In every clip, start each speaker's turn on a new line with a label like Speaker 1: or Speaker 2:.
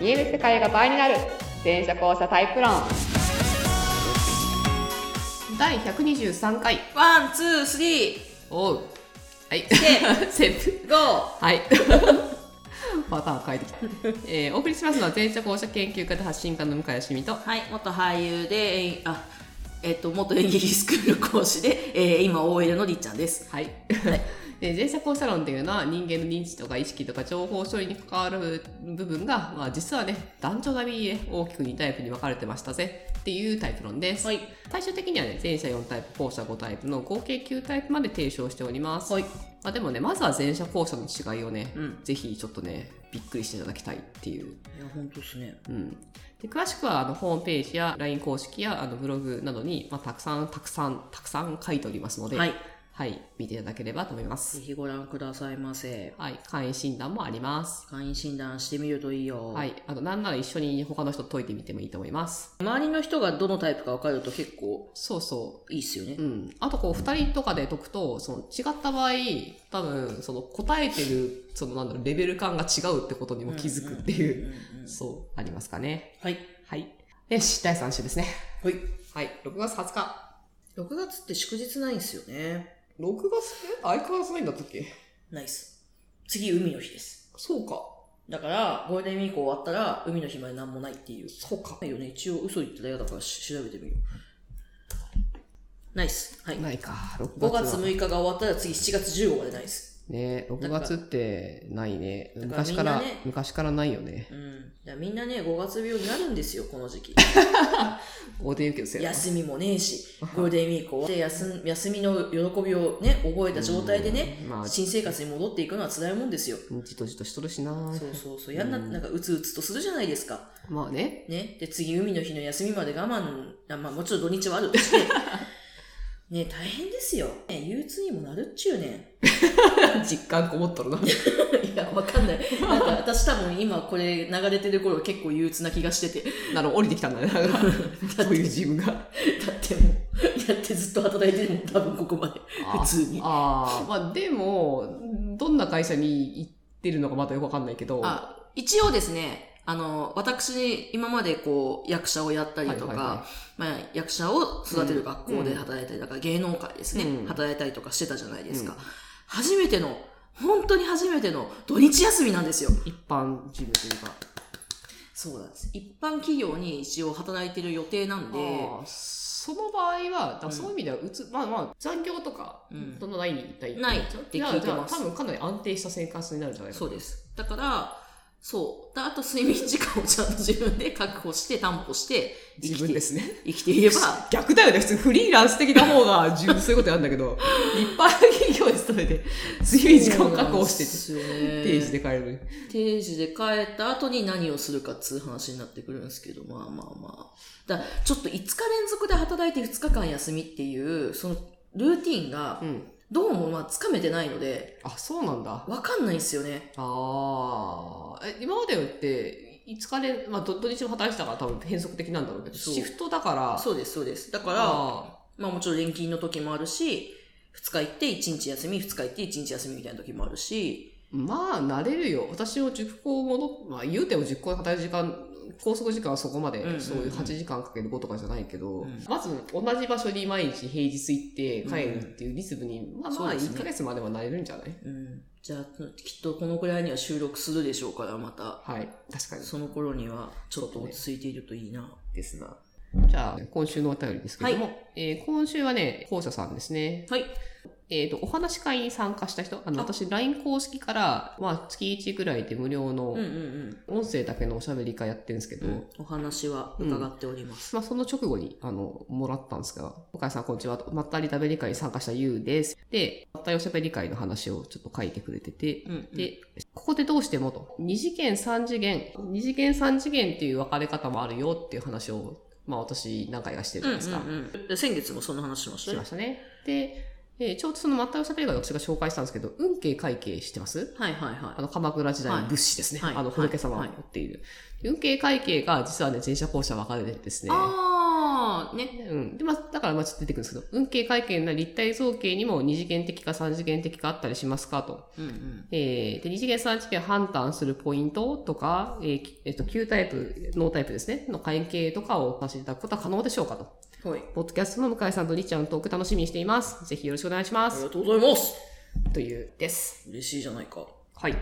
Speaker 1: 見える世界が倍になる全車交差タイプ論第123回
Speaker 2: ワン、ツー、スリー、
Speaker 1: おうはい
Speaker 2: で
Speaker 1: セーフ
Speaker 2: ゴ
Speaker 1: はい パターン変え てきた、えーお送りしますのは全社交差研究家で発信家の向井しみと
Speaker 2: ーはい、元俳優で、えーあ、えっと、元演劇スクール講師で、えー、今 OL のりっちゃんです。
Speaker 1: はい。 で前者交差論というのは人間の認知とか意識とか情報処理に関わる部分が、まあ、実はね男女並みに、ね、大きく2タイプに分かれてましたぜっていうタイプ論です、
Speaker 2: はい
Speaker 1: 最終的にはね前者4タイプ後者5タイプの合計9タイプまで提唱しております、
Speaker 2: はい
Speaker 1: まあ、でもねまずは前者後者の違いをね、
Speaker 2: うん
Speaker 1: ぜひちょっとねびっくりしていただきたいっていう
Speaker 2: いや、本当ですね。
Speaker 1: うん、で詳しくはあのホームページや LINE 公式やあのブログなどに、まあ、たくさんたくさんたくさん書いておりますので、
Speaker 2: はい
Speaker 1: はい見ていただければと思いま
Speaker 2: ぜ
Speaker 1: す。
Speaker 2: ひご覧くださいませ。
Speaker 1: はい、簡易診断もあります。
Speaker 2: 会員診断してみるといいよ。
Speaker 1: はい、あとなんなら一緒に他の人と解いてみてもいいと思います。
Speaker 2: 周りの人がどのタイプか分かると結構
Speaker 1: そうそ
Speaker 2: いいっすよね
Speaker 1: う。う。ん。あとこう、二人とかで解くと、その違った場合、多分、その答えてる、そのなんだろう、レベル感が違うってことにも気づくっていう、
Speaker 2: うんうん
Speaker 1: そう、ありますかね。
Speaker 2: はい。
Speaker 1: はい。よし、第3週ですね。
Speaker 2: はい。
Speaker 1: はい、6月20日。
Speaker 2: 6月って祝日ないんすよね。
Speaker 1: 6月え相変わらずないんだったっけ
Speaker 2: ないっす。次、海の日です。
Speaker 1: そうか。
Speaker 2: だから、ゴールデンウィーク終わったら、海の日まで何もないっていう。
Speaker 1: そうか。
Speaker 2: ないよね。一応嘘言ってたよだからし調べてみよう。ないっす。はい。
Speaker 1: ないか。6
Speaker 2: 5
Speaker 1: 月
Speaker 2: 月
Speaker 1: は
Speaker 2: 6日が終わったら次7月15までないです。
Speaker 1: ね6月ってないね。
Speaker 2: だから
Speaker 1: 昔から
Speaker 2: みんなね
Speaker 1: 昔からないよね。
Speaker 2: うん。だからみんなね、5月病になるんですよ、この時期。
Speaker 1: ゴールデンウィークのせいだな
Speaker 2: 休みもねえし、ゴールデンウィーク終わって休ん休みの喜びをね、覚えた状態でね、
Speaker 1: うんまあ、
Speaker 2: 新生活に戻っていくのは辛いもんですよ。
Speaker 1: じとじとしとるしな。
Speaker 2: そうそうそう。やんな、なんかうつうつとするじゃないですか。
Speaker 1: まあね。
Speaker 2: ね。で、次、海の日の休みまで我慢、あまあもちろん土日はあると して、ね、大変ですよ。ね、憂鬱にもなるっちゅうねん。
Speaker 1: 実感こもっとるな。
Speaker 2: いや、わかんない。なんか私多分今これ流れてる頃結構憂鬱な気がしてて。
Speaker 1: なの降りてきたんだね。なんかそういう自分が。
Speaker 2: だってもう、やってずっと働いてるもん、多分ここまで。普通に。
Speaker 1: ああ、まあでも、どんな会社に行ってるのかまたよくわかんないけど。
Speaker 2: あ、一応ですね、あの、私、今までこう、役者をやったりとか、
Speaker 1: はいは
Speaker 2: まあ、役者を育てる学校で働いたり、だから芸能界ですね、
Speaker 1: うん
Speaker 2: 働いたりとかしてたじゃないですか。
Speaker 1: うん
Speaker 2: 初めての、本当に初めての土日休みなんですよ。
Speaker 1: 一般事務というか。
Speaker 2: そうなんです。一般企業に一応働いてる予定なんで、
Speaker 1: あーその場合は、だからそういう意味では、うつ、まあまあ、残業とか
Speaker 2: うん、
Speaker 1: そんなないにない
Speaker 2: ないって聞いてます
Speaker 1: じゃあ多分かなり安定した生活になるんじゃないか
Speaker 2: そうです。だから、そう。だあと睡眠時間をちゃんと自分で確保して、担保して、生きて、
Speaker 1: す ね。
Speaker 2: 生きていれば、
Speaker 1: 逆だよね、普通フリーランス的な方が自分そういうことやるんだけ ど、一般企業に勤めて、 睡眠時間を確保してて、
Speaker 2: そうなん
Speaker 1: 定
Speaker 2: です
Speaker 1: 時
Speaker 2: よね
Speaker 1: で帰るのに。
Speaker 2: 定時で帰った後に何をするかっつう話になってくるんですけど、まあまあまあ。だちょっと5日連続で働いて2日間休みっていう、そのルーティンが
Speaker 1: う、ん。
Speaker 2: どうもまあつかめてないので、
Speaker 1: あ、そうなんだ。
Speaker 2: わかんないんですよね。
Speaker 1: ああ、え今までって、5日で、まあ、ど土日も働いてたから多分変則的なんだろうけど、
Speaker 2: そう
Speaker 1: シフトだから、
Speaker 2: そうです、そうです。だか
Speaker 1: だ
Speaker 2: ら、まあもちろん連勤の時もあるし、2日行って1日休み、2日行って1日休みみたいな時もあるし、
Speaker 1: まあ、慣れるよ。私も塾校戻っ、まあ、言うても塾校で働く時間、拘束時間はそこまで、
Speaker 2: うんうんうん
Speaker 1: そういう8時間かける5とかじゃないけど、
Speaker 2: うん
Speaker 1: まず同じ場所に毎日平日行って帰るっていうリズムに、まあま
Speaker 2: そう
Speaker 1: あ、
Speaker 2: ですね
Speaker 1: 1ヶ月までは慣れるんじゃない、
Speaker 2: うん。じゃあ、きっとこのくらいには収録するでしょうから、また。
Speaker 1: はい。確かに。
Speaker 2: その頃には、ちょっと落ち着いているといいな。
Speaker 1: ですな。じゃあ、今週のお便りですけども、えー今週はね、校舎さんですね。
Speaker 2: はい。
Speaker 1: えっ、と、お話し会に参加した人、あの、
Speaker 2: あ
Speaker 1: 私、LINE 公式から、まあ、月1ぐらいで無料
Speaker 2: うんうん
Speaker 1: の、
Speaker 2: うん
Speaker 1: 音声だけのおしゃべり会やってるんですけど、
Speaker 2: うん。お話は伺っております。
Speaker 1: まあ、その直後に、あの、もらったんですが、お母さん、こんにちは。まったり食べ理会に参加したゆうです。で、まったりおしゃべり会の話をちょっと書いてくれてて、
Speaker 2: うん、うん。
Speaker 1: で、ここでどうしてもと、二次元、三次元、二次元、三次元っていう分かれ方もあるよっていう話を、まあ、私、何回かしてる
Speaker 2: う
Speaker 1: じ
Speaker 2: ん
Speaker 1: ゃ
Speaker 2: う
Speaker 1: ないですか。
Speaker 2: んうんで、先月もその話しました
Speaker 1: し
Speaker 2: よ
Speaker 1: ましたね。で、えーちょうどそのまったりおしゃべり会を私が紹介したんですけど、運慶会計知ってます
Speaker 2: はいはいは
Speaker 1: あの、鎌倉時代の仏師ですね。
Speaker 2: はい
Speaker 1: あの、
Speaker 2: はい
Speaker 1: 仏様を持っている。運慶会計が実はね、前者後者分かれててです
Speaker 2: い。
Speaker 1: ね。
Speaker 2: あね。
Speaker 1: うん。で、まあ、だから、まあ、ちょっと出てくるんですけど、運慶会計な立体造形にも二次元的か三次元的かあったりしますかと。
Speaker 2: うんうん。
Speaker 1: えー、で、二次元三次元判断するポイントとか、えーきえっと、Q タイプ、ノータイプですね、の会計とかをお話しいただくことは可能でしょうかと。
Speaker 2: はい。
Speaker 1: ポッドキャストの向井さんとりっちゃんのトーク楽しみにしています。ぜひよろしくお願いしま
Speaker 2: あり
Speaker 1: す。
Speaker 2: がとうございます。
Speaker 1: という、です。
Speaker 2: 嬉しいじゃないか。
Speaker 1: はい。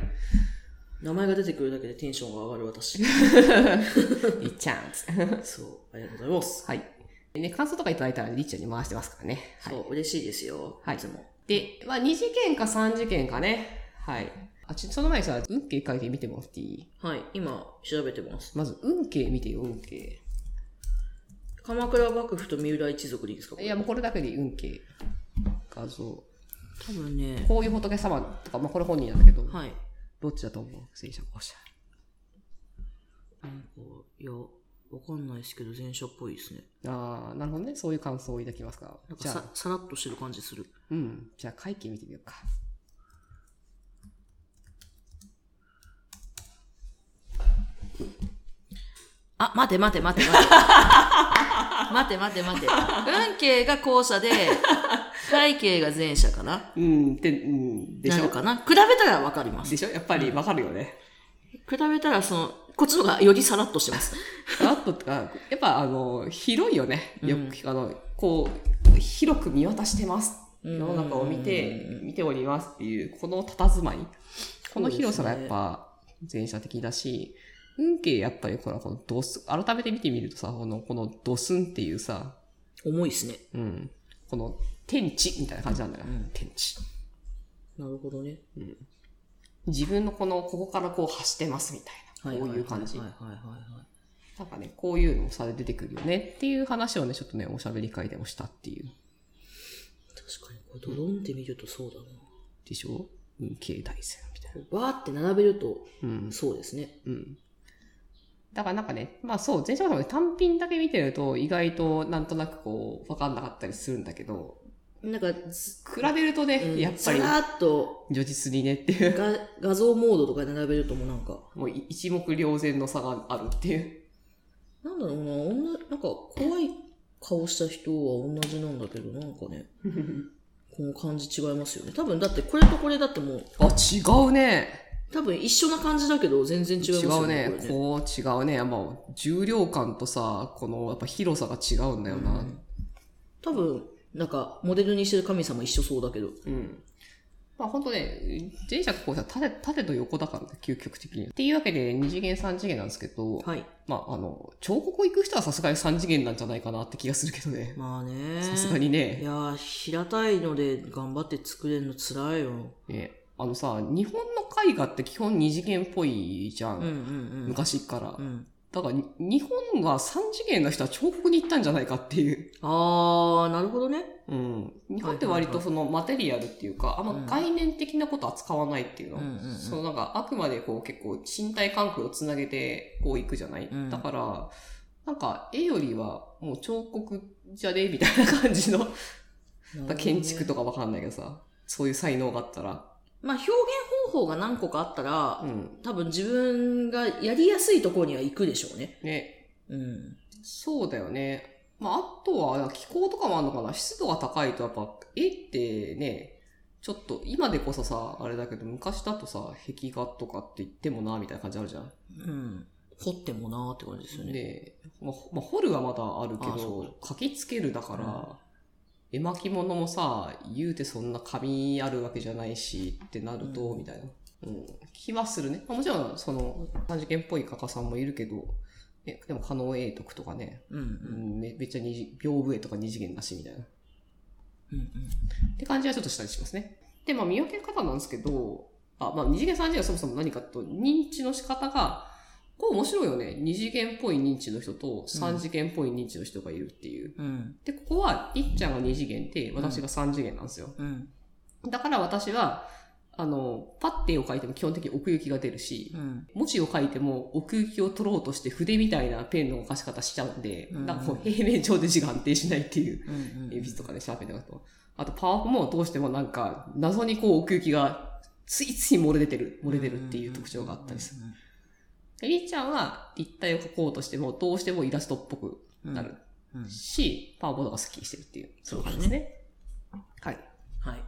Speaker 2: 名前が出てくるだけでテンションが上がる私。
Speaker 1: りっちゃんつって。
Speaker 2: そう。ありがとうございま す。
Speaker 1: はい。ね、感想とかいただいたらりっちゃんに回してますからね。はい。
Speaker 2: そう、嬉しいですよ。
Speaker 1: はい
Speaker 2: いつも。
Speaker 1: で、まあ、2次元か3次元かね。はい。あ、ち、その前にさ、運慶会計見てもらっていい
Speaker 2: はい。今、調べてます。
Speaker 1: まず、運慶見てよ、運慶。
Speaker 2: 鎌倉幕府と三浦一族でいいですか
Speaker 1: いや、もうこれだけで運慶。画像。
Speaker 2: 多分ね。
Speaker 1: こういう仏様とか、まあ、これ本人なんだけど、
Speaker 2: はい。
Speaker 1: どっちだと思う聖者後者。
Speaker 2: なんか、いや、わかんないですけど、前者っぽいですね。
Speaker 1: ああ、なるほどね。そういう感想を抱きますか
Speaker 2: なん。か
Speaker 1: じゃ
Speaker 2: さ
Speaker 1: あ、、
Speaker 2: さらっとしてる感じする。
Speaker 1: うん。じゃあ、会計見てみようか。
Speaker 2: あ、待て待て待て 待て。待て待て待て。運慶が後 者で、会慶が前者かな
Speaker 1: うん、で、うん、で
Speaker 2: な
Speaker 1: し
Speaker 2: の
Speaker 1: ょ
Speaker 2: かな比べたらわかります。
Speaker 1: でしょやっぱりわかるよね。
Speaker 2: 比べたら、その、こっちの方がよりさらっとしてます。
Speaker 1: あととか、やっぱあの、広いよね。よく、あの、こう、広く見渡してます。
Speaker 2: うん
Speaker 1: 世の中を見て、見ておりますっていう、この佇まい。この広さがやっぱ、前者的だし、運慶やっぱりほら、このドス、改めて見てみるとさ、この、このドスンっていうさ、
Speaker 2: 重いですね。
Speaker 1: うん、この天地みたいな感じなんだよ、
Speaker 2: うん
Speaker 1: 天地。
Speaker 2: なるほどね。
Speaker 1: 自分のこの、ここからこう走ってますみたいな、こういう感じ
Speaker 2: は。いはいはいはい。
Speaker 1: なんかね、こういうのもさ、出てくるよねっていう話をね、ちょっとね、おしゃべり会でもしたっていう。
Speaker 2: 確かに、これドローンって見るとそうだな。
Speaker 1: でしょうん、携帯線みたいな。
Speaker 2: バーって並べると、
Speaker 1: うん。
Speaker 2: そうですね。
Speaker 1: うん。だからなんかね、まあそう、前者さん単品だけ見てると、意外となんとなくこう、わかんなかったりするんだけど、
Speaker 2: な んか、
Speaker 1: 比べるとね、
Speaker 2: うん
Speaker 1: やっぱ
Speaker 2: さ
Speaker 1: り、
Speaker 2: らっと
Speaker 1: 如実にねっていう、
Speaker 2: が 画像モードとかで並べるともうなんか、
Speaker 1: もう一目瞭然の差があるっていう。
Speaker 2: なんだろうな、女、なんか怖い顔した人は同じなんだけど、なんかね、この感じ違いますよね。多分だってこれとこれだってもう、
Speaker 1: あ、違うね。
Speaker 2: 多分一緒な感じだけど、全然違います
Speaker 1: 違
Speaker 2: よ
Speaker 1: う
Speaker 2: ね。
Speaker 1: ね。こう違うね。もう、重量感とさ、この、やっぱ広さが違うんだよな。
Speaker 2: うん多分、なんか、モデルにしてる神様一緒そうだけど。
Speaker 1: うん。まあ本当ね、前者と後者縦、縦と横だからね、究極的に。っていうわけで、二次元三次元なんですけど、
Speaker 2: はい。
Speaker 1: まああの、彫刻行く人はさすがに三次元なんじゃないかなって気がするけどね。
Speaker 2: まあね。
Speaker 1: さすがに
Speaker 2: い
Speaker 1: ね。
Speaker 2: やー、平たいので頑張って作れるの辛いよ。
Speaker 1: ねあのさ、日本の絵画って基本二次元っぽいじゃ。
Speaker 2: うんんうんうん。
Speaker 1: 昔から
Speaker 2: う。ん。
Speaker 1: だからに、日本は三次元の人は彫刻に行ったんじゃないかっていう。
Speaker 2: あー、なるほどね。
Speaker 1: うん。日本って割とそのマテリアルっていうか、あん
Speaker 2: うん
Speaker 1: ま概念的なこと扱わないっていうの。
Speaker 2: うんうんうん
Speaker 1: そのなんか、あくまでこう結構身体感覚をつなげてこう行くじゃない、
Speaker 2: うん
Speaker 1: だから、なんか絵よりはもう彫刻じゃねみたいな感じの。
Speaker 2: なるほ
Speaker 1: ま
Speaker 2: ど
Speaker 1: あ
Speaker 2: ね
Speaker 1: 建築とかわかんないけどさ、そういう才能があったら、
Speaker 2: まあ表現方法が何個かあったら
Speaker 1: う、ん。
Speaker 2: 多分自分がやりやすいところには行くでしょうね。
Speaker 1: ね、
Speaker 2: うん。
Speaker 1: そうだよね。まあ、あとは気候とかもあるのかな。湿度が高いとやっぱ、絵ってね、ちょっと今でこそさ、あれだけど昔だとさ、壁画とかって言ってもな、みたいな感じあるじゃん。
Speaker 2: うん。掘ってもなーって感じですよね。
Speaker 1: で、まあ、ほまあ、掘るはまだあるけ
Speaker 2: あそう
Speaker 1: ど、書きつけるだから、絵巻物もさ、言うてそんな紙あるわけじゃないしってなると、
Speaker 2: うん
Speaker 1: みたいな、うん、気はするね。まあもちろん、その、三次元っぽい画家さんもいるけど、ね、でも、狩野英徳とかね、
Speaker 2: うんう。
Speaker 1: うんん、めめっちゃ二次屏風絵とか二次元だし、みたいな。
Speaker 2: うんうん。
Speaker 1: って感じはちょっとしたりしますね。で、まあ見分け方なんですけど、あまあ二次元三次元はそもそも何かと認知の仕方が、こう面白いよね。二次元っぽい認知の人と三次元っぽい認知の人がいるっていう。
Speaker 2: うん。
Speaker 1: で、ここは、いっちゃんが二次元で、私が三次元なんですよ。
Speaker 2: うん。
Speaker 1: だから私は、あの、パッて絵を描いても基本的に奥行きが出るし
Speaker 2: う、ん。
Speaker 1: 文字を書いても奥行きを取ろうとして筆みたいなペンの動かし方しちゃうんで、
Speaker 2: うん
Speaker 1: なんかこう平面上で字が安定しないっていう。
Speaker 2: うん。
Speaker 1: 鉛筆とかでシャーペンとかと。あと、パワーポもどうしてもなんか、謎にこう奥行きが、ついつい漏れ出てる、漏れ出るっていう特徴があったりする。
Speaker 2: る。
Speaker 1: でりーちゃんは立体を描こうとしても、どうしてもイラストっぽく
Speaker 2: うん
Speaker 1: なる。。
Speaker 2: うん
Speaker 1: し、パワーボードがスッキリしてるっていう、そういう感じですね。はい。
Speaker 2: はい。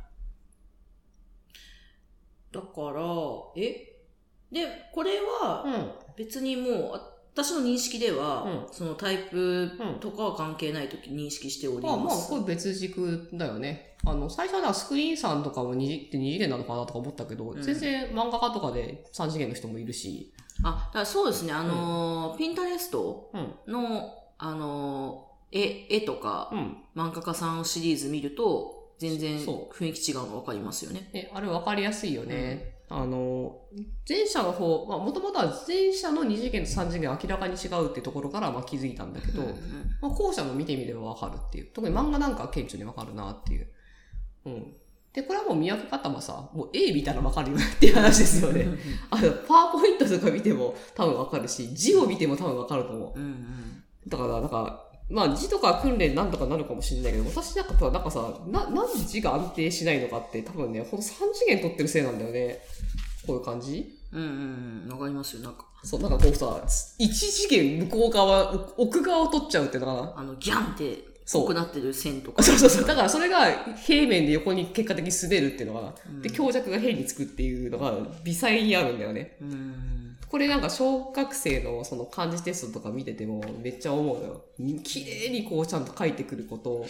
Speaker 2: だから、えで、これは
Speaker 1: う
Speaker 2: 別にもう、私の認識では、
Speaker 1: う
Speaker 2: そのタイプ
Speaker 1: ん。うん。
Speaker 2: とかは関係ないと認識しており
Speaker 1: まあま
Speaker 2: ま
Speaker 1: あ、
Speaker 2: す。
Speaker 1: これ別軸だよね。あの、最初はだからスクリーンさんとかも二次って二次元なのかなとか思ったけど、
Speaker 2: うん
Speaker 1: 全然漫画家とかで三次元の人もいるし、
Speaker 2: あ、だからそうですね、あのーピンタレスト
Speaker 1: うん。
Speaker 2: の、あのー絵、絵とか、
Speaker 1: うん。
Speaker 2: 漫画家さんシリーズ見ると、全然
Speaker 1: そ
Speaker 2: 雰囲気違うの分かりますよね。
Speaker 1: ね、あれ分かりやすいよね。あの、前者の方、まあ、もともとは前者の2次元と3次元は明らかに違うってところから、まあ、気づいたんだけど、
Speaker 2: うん
Speaker 1: まあ、後者も見てみれば分かるっていう。特に漫画なんかは顕著に分かるなっていう。うん。で、これはもう見分け方もさ、もう A 見たら分かるよねっていう話ですよ
Speaker 2: うん
Speaker 1: ね。あの、パワーポイントとか見ても多分分かるし、字を見ても多分分かると思う。
Speaker 2: うんうん
Speaker 1: だから、なんか、まあ字とか訓練なんとかなるかもしれないけど、私なんかさ、なんかさ、な、なんで字が安定しないのかって多分ね、ほんと3次元取ってるせいなんだよね。こういう感じ
Speaker 2: うんうんうん、わかりますよ。なんか、
Speaker 1: そう、なんかこうさ、1次元向こう側、奥奥側を取っちゃうってのかな。
Speaker 2: あの、ギャンって
Speaker 1: そ
Speaker 2: 濃
Speaker 1: う
Speaker 2: く。なってる線とか。
Speaker 1: そうそうそう。だからそれが平面で横に結果的に滑るっていうのが、
Speaker 2: うん
Speaker 1: で、強弱が変につくっていうのが微細にあるんだよね。
Speaker 2: うん。
Speaker 1: これなんか小学生のその漢字テストとか見ててもめっちゃ思うのよ。綺麗にこうちゃんと書いてくること、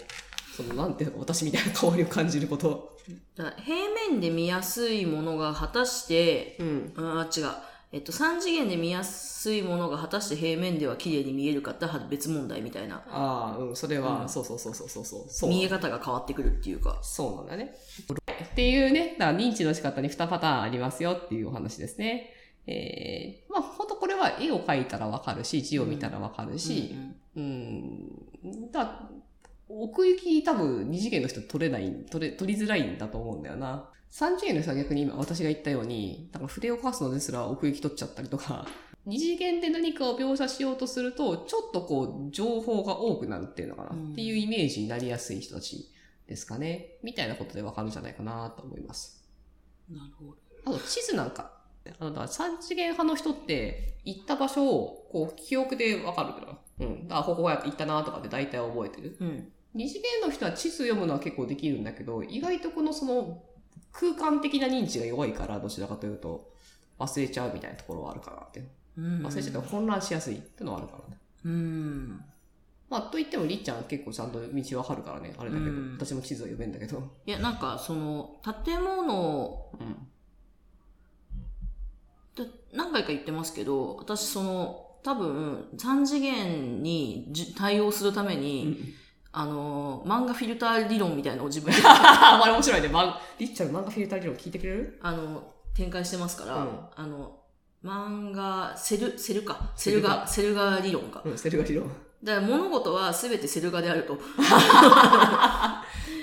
Speaker 1: そのなんていうの私みたいな香りを感じること。
Speaker 2: だから平面で見やすいものが果たして、
Speaker 1: うん。
Speaker 2: うん、あ、違う。えっと、三次元で見やすいものが果たして平面では綺麗に見えるかっては別問題みたいな。
Speaker 1: ああ、うん、それは、
Speaker 2: うん
Speaker 1: そうそうそうそうそうそう。そう
Speaker 2: 見え方が変わってくるっていうか。
Speaker 1: そうなんだね。っていうね、だから認知の仕方に2パターンありますよっていうお話ですね。えー、まあ本当これは絵を描いたらわかるし、字を見たらわかるし
Speaker 2: う、ん
Speaker 1: うん、だ奥行き多分二次元の人取れない、取れ、取りづらいんだと思うんだよな。三次元の人は逆に今私が言ったように、なんか筆をかすのですら奥行き取っちゃったりとか、 二次元で何かを描写しようとすると、ちょっとこう、情報が多くなるっていうのかな、
Speaker 2: うん
Speaker 1: っていうイメージになりやすい人たちですかね。みたいなことでわかるんじゃないかなと思います。
Speaker 2: うんなるほど。
Speaker 1: あと地図なんか。あの、だから三次元派の人って、行った場所を、こう、記憶でわかるから。うん。あ、ここは行ったなとかって大体覚えてる。
Speaker 2: うん。
Speaker 1: 二次元の人は地図読むのは結構できるんだけど、意外とこのその、空間的な認知が弱いから、どちらかというと、忘れちゃうみたいなところはあるかなって。
Speaker 2: うん。
Speaker 1: 忘れちゃったら混乱しやすいってのはあるかな。
Speaker 2: うん。
Speaker 1: まあ、と言っても、りっちゃん結構ちゃんと道わかるからね、あれだけど、
Speaker 2: うん
Speaker 1: 私も地図は読めんだけど。
Speaker 2: いや、なんか、その、建物
Speaker 1: うん。
Speaker 2: で何回か言ってますけど、私その、多分、三次元にじ対応するために、あのー、漫画フィルター理論みたいなのを自分で、
Speaker 1: ああれ面白いね。ま、りっちゃんの漫画フィルター理論聞いてくれる
Speaker 2: あの、展開してますから、
Speaker 1: うん
Speaker 2: あの、漫画、セル、セルか。セルガ、セルガ理論か。
Speaker 1: うん、セルガ理論。
Speaker 2: だから物事は全てセルガであると。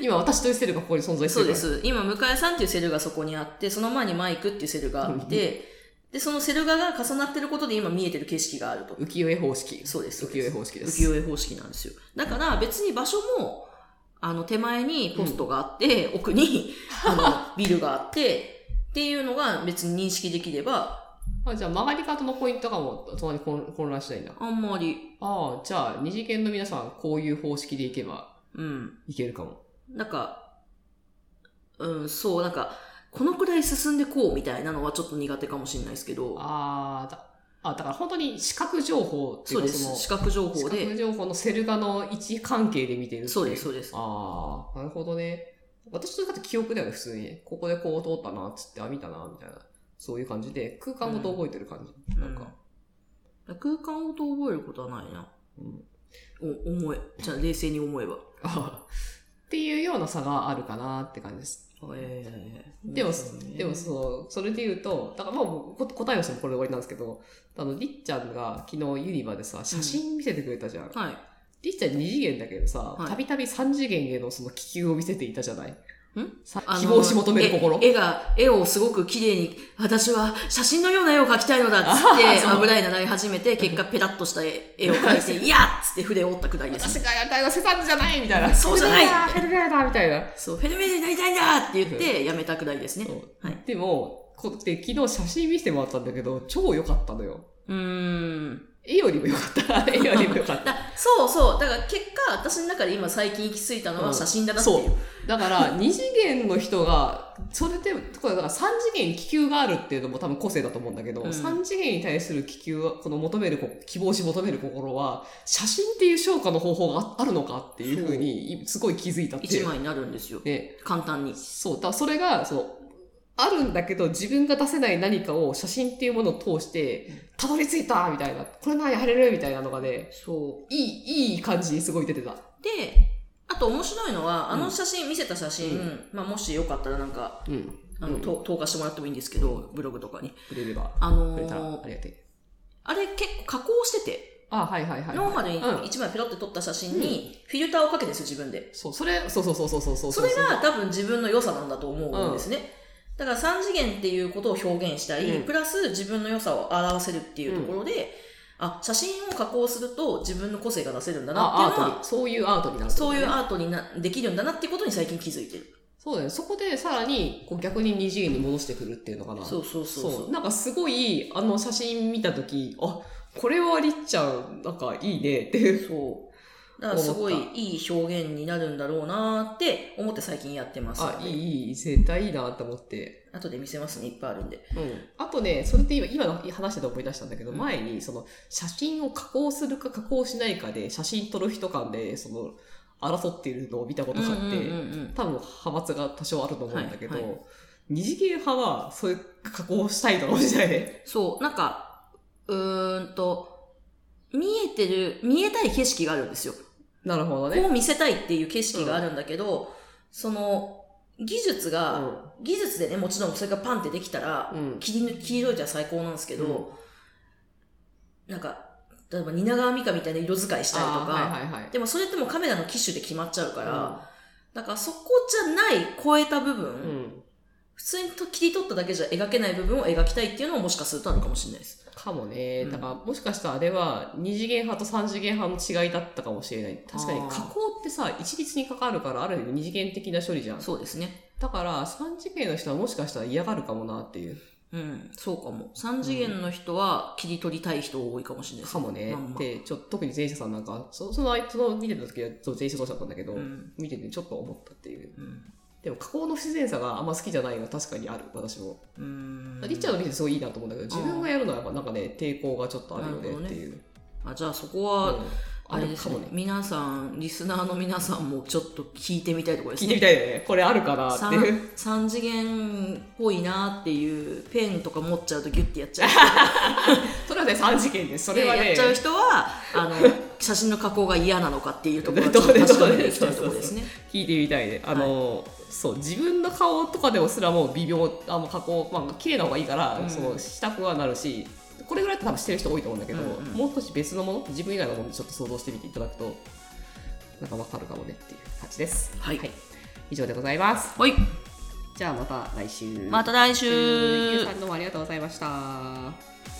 Speaker 1: 今私というセルがここに存在して
Speaker 2: そう
Speaker 1: るか
Speaker 2: で
Speaker 1: ら。
Speaker 2: す。今、向井さんっていうセルがそこにあって、その前にマイクっていうセルがあって、で、そのセルガが重なってることで今見えてる景色があると。
Speaker 1: 浮世絵方式。
Speaker 2: そうです。
Speaker 1: 浮世絵方式で
Speaker 2: 浮
Speaker 1: す。
Speaker 2: 世絵方式なんですよ。だから別に場所も、あの手前にポストがあって、奥にあのビルがあって、っていうのが別に認識できれば、
Speaker 1: あじゃあ曲がり方のポイントがもうそんなに混混乱しないんだ。あ
Speaker 2: あんまり、
Speaker 1: あ、じゃあ二次元の皆さんこういう方式でいけば
Speaker 2: うん。
Speaker 1: いけるかも。
Speaker 2: なんか、うん、そう、なんか、このくらい進んでこうみたいなのはちょっと苦手かもしれないですけど、
Speaker 1: ああ、だあだから本当に視覚情報ってい
Speaker 2: そう
Speaker 1: か
Speaker 2: うです。視
Speaker 1: そ
Speaker 2: 覚情
Speaker 1: の視
Speaker 2: 報
Speaker 1: 覚
Speaker 2: で、
Speaker 1: 情報のセル画の位置関係で見てるってい
Speaker 2: そうです、。そうです。
Speaker 1: ああ、なるほどね。私とだって記憶だよね、普通に。ここでこう通ったな、つって、あ、見たな、みたいな。そういう感じで、空間ごと覚えてる感じ。なんか、
Speaker 2: うん空間ごと覚えることはないな。
Speaker 1: うん、
Speaker 2: お、思え。じゃあ冷静に思えば。
Speaker 1: あっていうような差があるかなって感じです。
Speaker 2: えー
Speaker 1: でも、
Speaker 2: うん
Speaker 1: でもそう、それで言うと、だからまあもうこ答えをしてもこれで終わりなんですけど、あの、りっちゃんが昨日ユニバでさ、写真見せてくれたじゃん。
Speaker 2: はい。
Speaker 1: りっちゃん2次元だけどさ
Speaker 2: は、い
Speaker 1: たびたび3次元へのその気球を見せていたじゃない。さ
Speaker 2: あの
Speaker 1: 希望し求める心。
Speaker 2: 絵絵が、絵をすごく綺麗に、私は写真のような絵を描きたいのだっつって、
Speaker 1: そう
Speaker 2: 油絵習い始めて、結果ペタッとした絵 絵を描いて、いやっつって筆を折ったくらいです
Speaker 1: 私
Speaker 2: ね。
Speaker 1: がやりたいのはセサンヌじゃないみたいな。
Speaker 2: そうじゃない
Speaker 1: ヘルメアだみたいな。
Speaker 2: そう、フェルメールになりたいんだって言って、やめたくらいですね。
Speaker 1: そう
Speaker 2: はい
Speaker 1: でも、こで昨日写真見せてもらったんだけど、超良かったのよ。
Speaker 2: うーん。
Speaker 1: 絵よりも良かった。絵よりも良かった。
Speaker 2: だそうそう。だから結果、私の中で今最近行き着いたの
Speaker 1: う
Speaker 2: は
Speaker 1: ん
Speaker 2: 写真だなっていう。
Speaker 1: そうだから、二次元の人が、それで、これだから三次元気球があるっていうのも多分個性だと思うんだけど、
Speaker 2: うん
Speaker 1: 三次元に対する気球は、この求めるこ、希望し求める心は、写真っていう消化の方法がああるのかっていうふうに、いすごい気づいたってい
Speaker 2: 一
Speaker 1: う。
Speaker 2: 枚になるんですよ。
Speaker 1: ね、
Speaker 2: 簡単に。
Speaker 1: そう、だからそれが、そう、あるんだけど、自分が出せない何かを写真っていうものを通して、たどり着いたみたいな、これならやれるみたいなのがね、
Speaker 2: そ
Speaker 1: いい、いい感じにすごい出てた。
Speaker 2: う。で、あと面白いのは、あの写真、見せた写真、
Speaker 1: う
Speaker 2: まあもしよかったらなんか、
Speaker 1: うん。
Speaker 2: あの、
Speaker 1: うん
Speaker 2: と投下してもらってもいいんですけど、ブログとかに。
Speaker 1: くれれば、
Speaker 2: あ
Speaker 1: く
Speaker 2: の
Speaker 1: れたら
Speaker 2: ー
Speaker 1: ありがてえ。
Speaker 2: あれ結構加工してて、
Speaker 1: あ、はいはいはい、はい。
Speaker 2: ノーマルに
Speaker 1: うん
Speaker 2: 一枚ペロって撮った写真に、フィルターをかけてるんですよ、自分で。
Speaker 1: そう、それ、そうそうそうそうそうそう。
Speaker 2: それが多分自分の良さなんだと思うんですね。だから三次元っていうことを表現したり、
Speaker 1: うん
Speaker 2: プラス自分の良さを表せるっていうところで、あ、写真を加工すると自分の個性が出せるんだな
Speaker 1: あ、ア
Speaker 2: ってい
Speaker 1: ー
Speaker 2: うの
Speaker 1: ト
Speaker 2: は、
Speaker 1: に、そういうアートになるってこ
Speaker 2: そ
Speaker 1: と
Speaker 2: う
Speaker 1: ね、
Speaker 2: いうアートになできるんだなっていうことに最近気づいてる。
Speaker 1: そうだよね。そこでさらに、こう逆に二次元に戻してくるっていうのかな。
Speaker 2: そうそうそうそう。
Speaker 1: なんかすごい、あの写真見たとき、あ、これはりっちゃん、なんかいいねっていう。
Speaker 2: そう。だからすごい
Speaker 1: 思
Speaker 2: いい表現になるんだろうなって思って最近やってます。
Speaker 1: あ、いい、いい、絶対いいなと思って。
Speaker 2: 後で見せますね、いっぱいあるんで。
Speaker 1: うん。あとね、それって今、今の話してて思い出したんだけど、
Speaker 2: うん
Speaker 1: 前に、その、写真を加工するか加工しないかで、写真撮る人間で、その、争っているのを見たことがあって、
Speaker 2: うんうんうんうん
Speaker 1: 多分派閥が多少あると思うんだけど、
Speaker 2: はいは
Speaker 1: 二次元派はそういう加工をしたいのかもしれない ね。
Speaker 2: そう、なんか、うーんと、見えてる、見えたい景色があるんですよ。
Speaker 1: なるほど
Speaker 2: こ
Speaker 1: ね。
Speaker 2: う見せたいっていう景色があるんだけど、その、技術
Speaker 1: う
Speaker 2: が、
Speaker 1: ん。
Speaker 2: 技術でね、もちろんそれがパンってできたら
Speaker 1: う、ん。
Speaker 2: 切り抜、切り抜いたら最高なんですけど、なんか、例えば、蜷川美香みたいな色使いしたりと
Speaker 1: あ
Speaker 2: か、
Speaker 1: ーはいはいはい。
Speaker 2: でもそれってもうカメラの機種で決まっちゃうから、
Speaker 1: か
Speaker 2: なんかそこじゃない超えた部分、
Speaker 1: ら、うん。
Speaker 2: 普通にと切り取っただけじゃ描けない部分を描きたいっていうのももしかするとあるかもしれないです。
Speaker 1: かもね。
Speaker 2: うん
Speaker 1: だから、もしかしたらあれは、二次元派と三次元派の違いだったかもしれない。確かに
Speaker 2: あー
Speaker 1: 加工ってさ、一律にかかるから、ある意味二次元的な処理じゃん。
Speaker 2: そうですね。
Speaker 1: だから、三次元の人はもしかしたら嫌がるかもなっていう。
Speaker 2: うん、そうかも。三次元の人は切り取りたい人多いかもしれないです
Speaker 1: かもね。
Speaker 2: まんま
Speaker 1: で、ちょっと、特に前者さんなんか、そその、その見てた時は前者同士だったんだけど、
Speaker 2: うん
Speaker 1: 見ててちょっと思ったっていう。
Speaker 2: うん
Speaker 1: でも加工の不自然さがあんま好きじゃないのは確かにある、私も。
Speaker 2: うん
Speaker 1: リッチャード見てすごいいいなと思うんだけど、
Speaker 2: うん
Speaker 1: 自分がやるのはやっぱなんかね、抵抗がちょっとあるよ
Speaker 2: なるほど
Speaker 1: ね
Speaker 2: ね
Speaker 1: っていう。
Speaker 2: あじゃあそこ
Speaker 1: う
Speaker 2: は、
Speaker 1: ん
Speaker 2: あ
Speaker 1: あ
Speaker 2: れ
Speaker 1: る
Speaker 2: です
Speaker 1: か
Speaker 2: ね
Speaker 1: もね。
Speaker 2: 皆さんリスナーの皆さんもちょっと聞いてみたいところで
Speaker 1: 聞
Speaker 2: す
Speaker 1: いて
Speaker 2: ね
Speaker 1: みたいよね。これあるかな っていう。
Speaker 2: 三三次元っぽいなっていうペンとか持っちゃうとギュッてやっちゃう
Speaker 1: それはね、3次元 です。それは
Speaker 2: でや
Speaker 1: ね
Speaker 2: っち、ゃう人はあ の写真の加工が嫌なのかっていうところをち
Speaker 1: ど
Speaker 2: ょ
Speaker 1: う
Speaker 2: っ
Speaker 1: で
Speaker 2: と
Speaker 1: も
Speaker 2: 確かめ
Speaker 1: ね
Speaker 2: ていきたいところですね
Speaker 1: 聞いてみたいね。あの、そう、自分の顔とかでもすらもう微妙、あの加工、まあ、綺麗な方がいいから、
Speaker 2: うん
Speaker 1: その、したくはなるし、これぐらいって多分してる人多いと思うんだけど、
Speaker 2: うんうん
Speaker 1: もう少し別のもの、自分以外のものでちょっと想像してみていただくと、なんかわかるかもねっていう感じです。
Speaker 2: はい
Speaker 1: 以上でございます。
Speaker 2: はい
Speaker 1: じゃあまた来週。
Speaker 2: また来
Speaker 1: 来週ゆう
Speaker 2: 週
Speaker 1: きさんどうもありがとうございました。